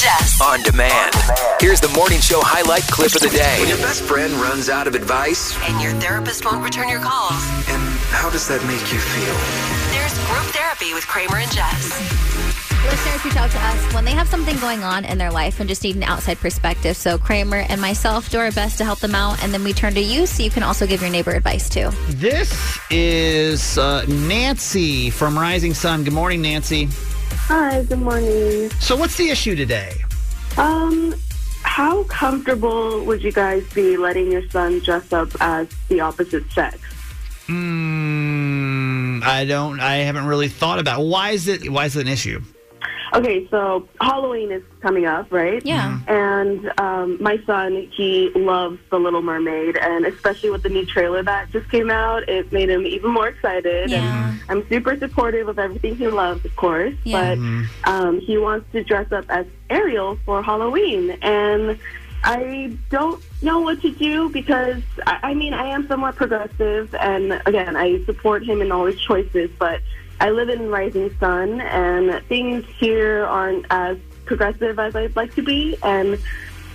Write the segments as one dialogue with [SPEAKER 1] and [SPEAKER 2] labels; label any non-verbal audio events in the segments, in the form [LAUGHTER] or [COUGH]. [SPEAKER 1] Jess.
[SPEAKER 2] On demand. Here's the morning show highlight clip of the
[SPEAKER 3] When
[SPEAKER 2] day.
[SPEAKER 3] your best friend runs out of advice,
[SPEAKER 1] And your therapist won't return your calls.
[SPEAKER 3] and how does that make you feel?
[SPEAKER 1] There's group therapy with Kramer and Jess.
[SPEAKER 4] Listeners reach out to us when they have something going on in their life and just need an outside perspective. So Kramer and myself do our best to help them out, and then we turn to you so you can also give your neighbor advice too.
[SPEAKER 5] This is uh, Nancy from Rising Sun. Good morning, Nancy.
[SPEAKER 6] Hi, good morning.
[SPEAKER 5] So, what's the issue today?
[SPEAKER 6] Um, how comfortable would you guys be letting your son dress up as the opposite sex?
[SPEAKER 5] Mm, I don't. I haven't really thought about. Why is it? Why is it an issue?
[SPEAKER 6] Okay, so Halloween is coming up, right?
[SPEAKER 4] Yeah.
[SPEAKER 6] And um, my son, he loves The Little Mermaid, and especially with the new trailer that just came out, it made him even more excited.
[SPEAKER 4] Yeah.
[SPEAKER 6] And I'm super supportive of everything he loves, of course,
[SPEAKER 4] Yeah.
[SPEAKER 6] but um, he wants to dress up as Ariel for Halloween, and I don't know what to do because I, I mean I am somewhat progressive, and again I support him in all his choices, but I live in Rising Sun, and things here aren't as progressive as I'd like to be, and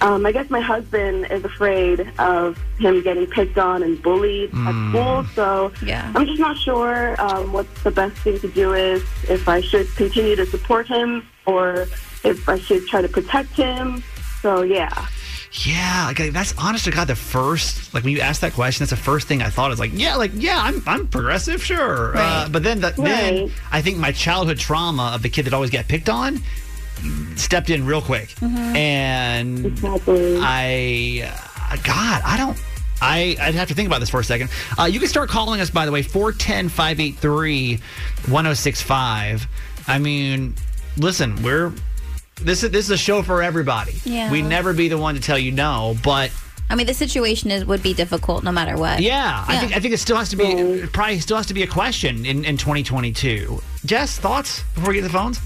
[SPEAKER 6] um, I guess my husband is afraid of him getting picked on and bullied at school, so
[SPEAKER 4] Yeah.
[SPEAKER 6] I'm just not sure um, what the best thing to do is. If I should continue to support him or if I should try to protect him. So yeah,
[SPEAKER 5] Yeah, like I- that's honest to God. The first, like when you asked that question, that's the first thing I thought. Is like, yeah, like yeah, I'm I'm progressive, sure. Uh,
[SPEAKER 4] Right.
[SPEAKER 5] but then, the, then
[SPEAKER 6] Right.
[SPEAKER 5] I think my childhood trauma of the kid that always got picked on stepped in real quick, and
[SPEAKER 6] exactly.
[SPEAKER 5] I, uh, God, I don't. I, I'd have to think about this for a second. Uh, you can start calling us, by the way, 410 583 1065. I mean, listen, we're. This is, this is a show for everybody.
[SPEAKER 4] Yeah.
[SPEAKER 5] We'd never be the one to tell you no, but
[SPEAKER 4] I mean, the situation is would be difficult no matter what.
[SPEAKER 5] yeah, I
[SPEAKER 4] Yeah.
[SPEAKER 5] think I think it still has to be it probably still has to be a question in, in 2022. Jess, thoughts before we get to the phones?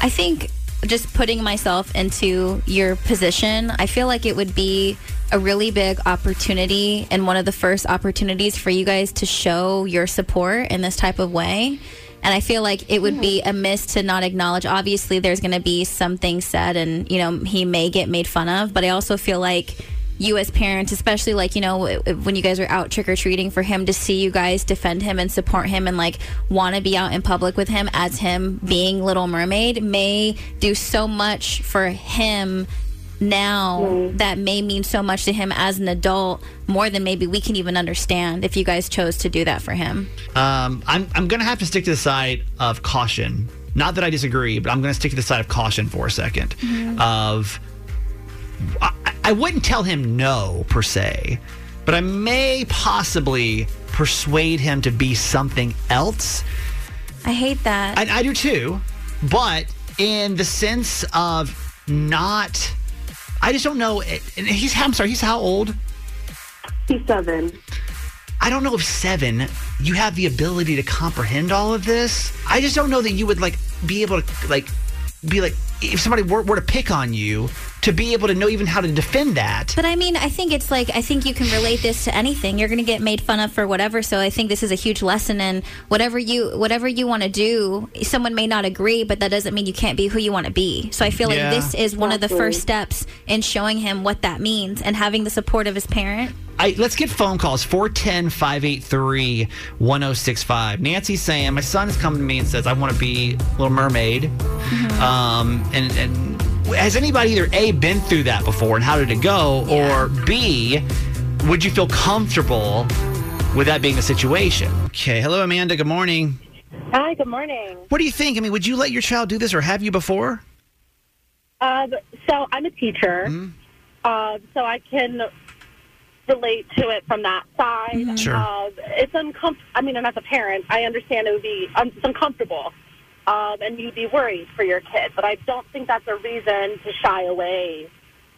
[SPEAKER 4] I think just putting myself into your position, I feel like it would be a really big opportunity and one of the first opportunities for you guys to show your support in this type of way. And I feel like it would be amiss to not acknowledge. Obviously, there's going to be something said, and you know he may get made fun of. But I also feel like you as parents, especially like you know w- w- when you guys are out trick or treating, for him to see you guys defend him and support him and like want to be out in public with him as him being Little Mermaid may do so much for him now that may mean so much to him as an adult more than maybe we can even understand if you guys chose to do that for him.
[SPEAKER 5] Um, I'm, I'm going to have to stick to the side of caution. Not that I disagree, but I'm going to stick to the side of caution for a 2nd Of, I, I wouldn't tell him no per se, but I may possibly persuade him to be something else.
[SPEAKER 4] I hate that.
[SPEAKER 5] I, I do too, but in the sense of not, I just don't know. and He's I'm sorry, he's how old?
[SPEAKER 6] He's seven.
[SPEAKER 5] I don't know if seven, you have the ability to comprehend all of this. I just don't know that you would like be able to like be like if somebody were, were to pick on you to be able to know even how to defend that.
[SPEAKER 4] But I mean, I think it's like I think you can relate this to anything. You're going to get made fun of for whatever. So I think this is a huge lesson in whatever you whatever you want to do. Someone may not agree, but that doesn't mean you can't be who you want to be. So I feel
[SPEAKER 5] Yeah.
[SPEAKER 4] like this is one of the
[SPEAKER 6] Exactly.
[SPEAKER 4] first steps in showing him what that means and having the support of his parent.
[SPEAKER 5] I, let's get phone calls 410 583 1065. Nancy's saying, My son has come to me and says, I want to be Little Mermaid.
[SPEAKER 7] Mm-hmm.
[SPEAKER 5] Um, and, and has anybody either A, been through that before and how did it go? Or B, would you feel comfortable with that being the situation? Okay. Hello, Amanda. Good morning.
[SPEAKER 7] Hi, good morning.
[SPEAKER 5] What do you think? I mean, would you let your child do this or have you before?
[SPEAKER 7] Um, so I'm a teacher, um, so I can relate to it from that side.
[SPEAKER 5] Sure.
[SPEAKER 7] Um, it's uncomfortable. I mean, and as a parent, I understand it would be un- it's uncomfortable, um, and you'd be worried for your kid. But I don't think that's a reason to shy away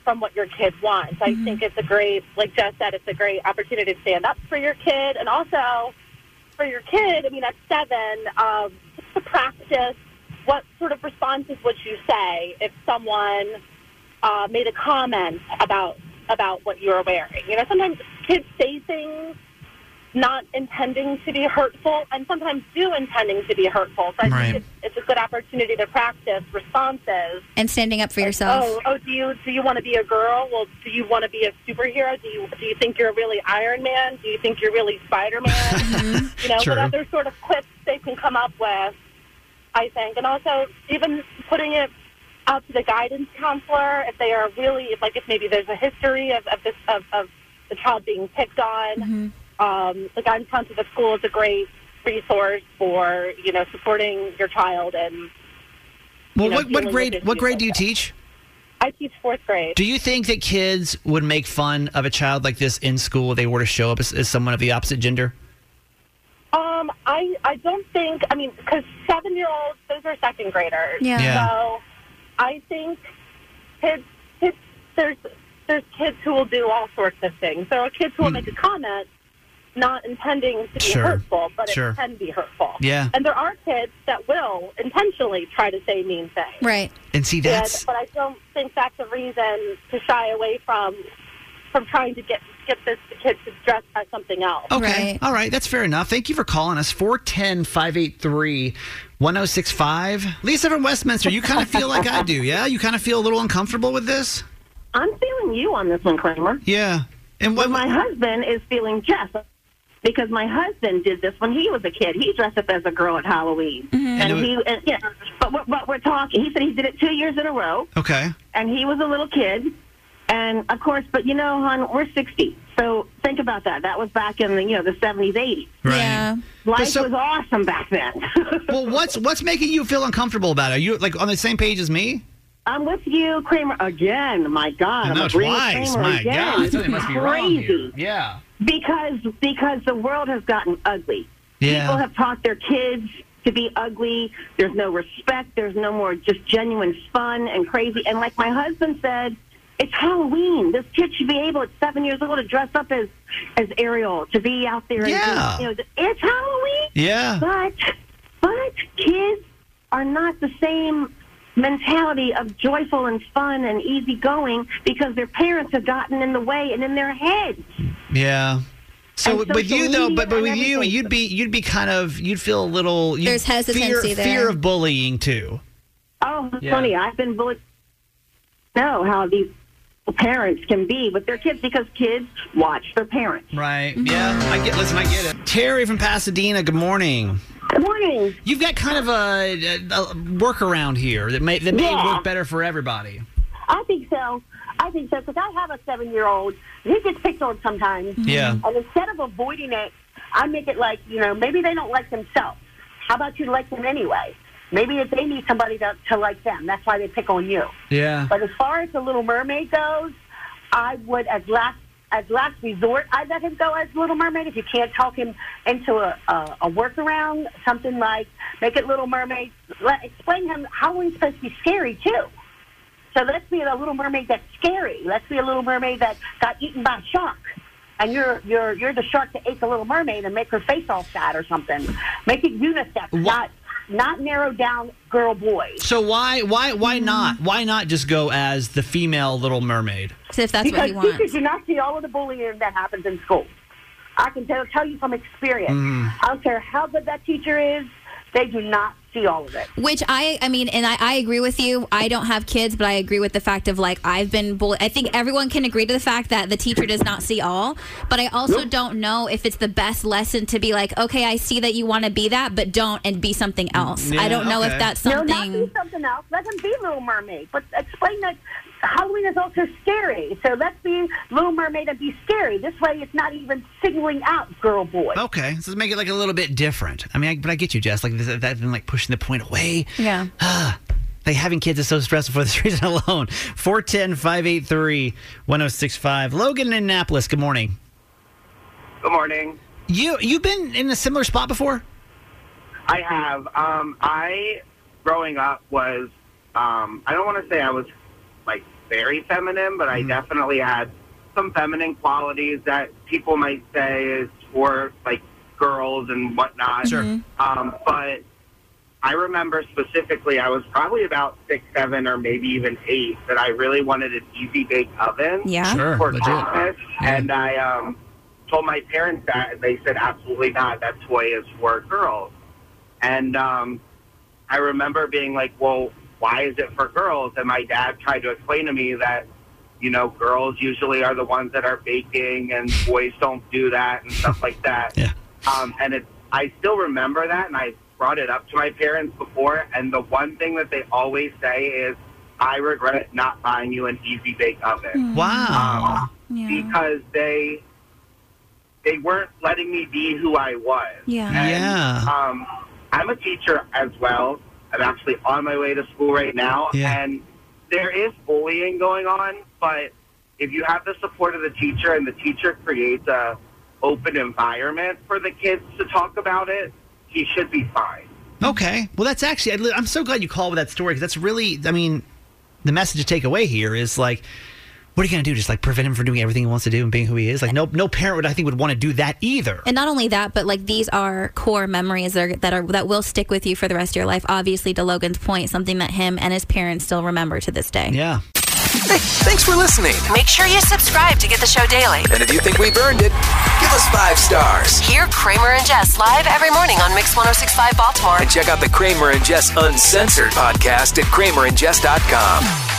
[SPEAKER 7] from what your kid wants. I think it's a great, like Jess said, it's a great opportunity to stand up for your kid, and also for your kid, I mean, at seven, um, just to practice what sort of responses would you say if someone uh, made a comment about about what you were wearing? You know, sometimes kids say things not intending to be hurtful and sometimes do intending to be hurtful. So I
[SPEAKER 5] Right.
[SPEAKER 7] think it's, it's a good opportunity to practice responses.
[SPEAKER 4] and standing up for yourself.
[SPEAKER 7] Oh, oh, do you do you want to be a girl? Well, do you want to be a superhero? Do you do you think you're really Iron Man? Do you think you're really Spider Man? you know,
[SPEAKER 5] True.
[SPEAKER 7] what other sort of quips they can come up with, I think, and also even putting it out to the guidance counselor if they are really if like if maybe there's a history of of this of, of the child being picked on. Um, the guidance counselor at the school is a great resource for you know supporting your child and.
[SPEAKER 5] Well,
[SPEAKER 7] know,
[SPEAKER 5] what, what
[SPEAKER 7] dealing with
[SPEAKER 5] grade what
[SPEAKER 7] issues
[SPEAKER 5] grade
[SPEAKER 7] like
[SPEAKER 5] do you
[SPEAKER 7] that.
[SPEAKER 5] teach?
[SPEAKER 7] I teach fourth grade.
[SPEAKER 5] Do you think that kids would make fun of a child like this in school if they were to show up as, as someone of the opposite gender?
[SPEAKER 7] Um, I I don't think I mean because seven year olds those are second graders.
[SPEAKER 4] Yeah.
[SPEAKER 5] Yeah.
[SPEAKER 7] So I think kids kids there's there's kids who will do all sorts of things. There are kids who will make a comment, not intending to be
[SPEAKER 5] Hmm. Sure.
[SPEAKER 7] hurtful, but
[SPEAKER 5] Sure.
[SPEAKER 7] it can be hurtful.
[SPEAKER 5] Yeah.
[SPEAKER 7] And there are kids that will intentionally try to say mean things.
[SPEAKER 4] Right.
[SPEAKER 5] And see,
[SPEAKER 7] And-
[SPEAKER 5] that's
[SPEAKER 7] but I don't think that's a reason to shy away from from trying to get get this kid to dress as something else.
[SPEAKER 5] Okay.
[SPEAKER 4] Right.
[SPEAKER 5] All right. That's fair enough. Thank you for calling us. 410 583 1065. Lisa from Westminster, you kind of feel like I do, yeah? You kind of feel a little uncomfortable with this?
[SPEAKER 8] I'm feeling you on this one, Kramer.
[SPEAKER 5] Yeah. And what,
[SPEAKER 8] My husband is feeling Jeff because my husband did this when he was a kid. He dressed up as a girl at Halloween,
[SPEAKER 5] And
[SPEAKER 8] and,
[SPEAKER 5] it was-
[SPEAKER 8] he, and, yeah. But we're, but we're talking. He said he did it two years in a row,
[SPEAKER 5] okay.
[SPEAKER 8] and he was a little kid. And of course, but you know, hon, we're sixty. So think about that. That was back in the you know the seventies, eighties.
[SPEAKER 4] Yeah.
[SPEAKER 8] Life
[SPEAKER 5] so-
[SPEAKER 8] was awesome back then. [LAUGHS]
[SPEAKER 5] Well, what's what's making you feel uncomfortable about it? Are you like on the same page as me?
[SPEAKER 8] I'm with you, Kramer, again. My God, I'm agreeing with Kramer again. Crazy.
[SPEAKER 5] Yeah.
[SPEAKER 8] Because because the world has gotten ugly.
[SPEAKER 5] Yeah.
[SPEAKER 8] People have taught their kids to be ugly. There's no respect. There's no more just genuine fun and crazy. And like my husband said, it's Halloween. This kid should be able at seven years old to dress up as as Ariel to be out there. And
[SPEAKER 5] Yeah.
[SPEAKER 8] do, you know, it's Halloween.
[SPEAKER 5] Yeah.
[SPEAKER 8] But but kids are not the same mentality of joyful and fun and easygoing because their parents have gotten in the way and in their heads.
[SPEAKER 5] Yeah. So
[SPEAKER 8] And
[SPEAKER 5] with you
[SPEAKER 8] social
[SPEAKER 5] though,
[SPEAKER 8] media
[SPEAKER 5] but but
[SPEAKER 8] and
[SPEAKER 5] with you,
[SPEAKER 8] everything.
[SPEAKER 5] you'd be you'd be kind of you'd feel a little you
[SPEAKER 4] There's hesitancy
[SPEAKER 5] fear,
[SPEAKER 4] there.
[SPEAKER 5] fear of bullying too.
[SPEAKER 8] Oh,
[SPEAKER 5] Yeah.
[SPEAKER 8] funny. I've been bullied. Know how these parents can be with their kids because kids watch their parents.
[SPEAKER 5] Right. Yeah. I get. Listen, I get it. Terry from Pasadena. Good morning.
[SPEAKER 8] Good morning.
[SPEAKER 5] You've got kind of a, a, a workaround here that may that may
[SPEAKER 8] Yeah.
[SPEAKER 5] work better for everybody.
[SPEAKER 8] I think so. I think so because I have a seven-year-old. He gets picked on sometimes,
[SPEAKER 5] Mm-hmm. Yeah.
[SPEAKER 8] and instead of avoiding it, I make it like you know maybe they don't like themselves. How about you like them anyway? Maybe if they need somebody to, to like them, that's why they pick on you.
[SPEAKER 5] Yeah.
[SPEAKER 8] But as far as the Little Mermaid goes, I would as last as last resort, I'd let him go as Little Mermaid. If you can't talk him into a, a, a workaround, something like make it Little Mermaid. Let, explain him how we're supposed to be scary too. So let's be a Little Mermaid that's scary. Let's be a Little Mermaid that got eaten by a shark. And you're you're you're the shark that ate the Little Mermaid and make her face all sad or something. Make it unisex, not not narrow down girl boy.
[SPEAKER 5] So why why why not why not just go as the female Little Mermaid?
[SPEAKER 4] So if that's what
[SPEAKER 8] because
[SPEAKER 4] he wants.
[SPEAKER 8] teachers do not see all of the bullying that happens in school. I can tell, tell you from experience. I don't care how good that teacher is, they do not see all of it.
[SPEAKER 4] Which I, I mean, and I, I agree with you. I don't have kids, but I agree with the fact of like I've been bullied. I think everyone can agree to the fact that the teacher does not see all. But I also don't know if it's the best lesson to be like, okay, I see that you want to be that, but don't and be something else.
[SPEAKER 5] Yeah,
[SPEAKER 4] I don't know
[SPEAKER 5] okay.
[SPEAKER 4] if that's
[SPEAKER 8] No, not
[SPEAKER 4] something.
[SPEAKER 8] be something else. Let them be Little Mermaid, but explain that Halloween is also scary. So let's be Little Mermaid and be scary. This way, it's not even signaling out girl boy.
[SPEAKER 5] Okay, so make it like a little bit different. I mean, I, but I get you, Jess. Like this, that, been like pushing the point away.
[SPEAKER 4] Yeah.
[SPEAKER 5] Like having kids is so stressful for this [LAUGHS] reason alone. 410-583-1065. Logan in Annapolis. Good morning.
[SPEAKER 9] Good morning.
[SPEAKER 5] You you've been in a similar spot before?
[SPEAKER 9] I have. Um, I growing up was. Um, I don't want to say I was like very feminine, but I definitely had some feminine qualities that people might say is for like girls and whatnot.
[SPEAKER 5] Sure. Mhm.
[SPEAKER 9] Um, but I remember specifically, I was probably about six, seven, or maybe even eight, that I really wanted an easy bake oven
[SPEAKER 4] Yeah.
[SPEAKER 5] Sure.
[SPEAKER 9] for
[SPEAKER 5] Legit.
[SPEAKER 9] Christmas,
[SPEAKER 5] Yeah.
[SPEAKER 9] and I um, told my parents that, and they said, absolutely not. That toy is for girls. And um, I remember being like, well, why is it for girls? And my dad tried to explain to me that, you know, girls usually are the ones that are baking, and boys don't do that,
[SPEAKER 5] [LAUGHS]
[SPEAKER 9] and stuff like that.
[SPEAKER 5] Yeah.
[SPEAKER 9] Um, and it, I still remember that, and I brought it up to my parents before. And the one thing that they always say is, I regret not buying you an easy bake oven
[SPEAKER 5] Wow.
[SPEAKER 4] Yeah.
[SPEAKER 9] because they they weren't letting me be who I was.
[SPEAKER 4] Yeah.
[SPEAKER 9] And,
[SPEAKER 5] Yeah.
[SPEAKER 9] Um, I'm a teacher as well. I'm actually on my way to school right now,
[SPEAKER 5] Yeah.
[SPEAKER 9] and there is bullying going on. But if you have the support of the teacher and the teacher creates a open environment for the kids to talk about it, he should be fine.
[SPEAKER 5] Okay. Well, that's actually, I li- I'm so glad you called with that story because that's really, I mean, the message to take away here is like, what are you going to do? Just like prevent him from doing everything he wants to do and being who he is? Like, no, no parent would, I think, would want to do that either.
[SPEAKER 4] And not only that, but like these are core memories that are, that are that will stick with you for the rest of your life. Obviously, to Logan's point, something that him and his parents still remember to this day.
[SPEAKER 5] Yeah.
[SPEAKER 2] Hey, thanks for listening.
[SPEAKER 1] Make sure you subscribe to get the show daily.
[SPEAKER 2] And if you think we've earned it, give us five stars.
[SPEAKER 1] Hear Kramer and Jess live every morning on Mix 1065 Baltimore.
[SPEAKER 2] And check out the Kramer and Jess Uncensored podcast at kramerandjess.com.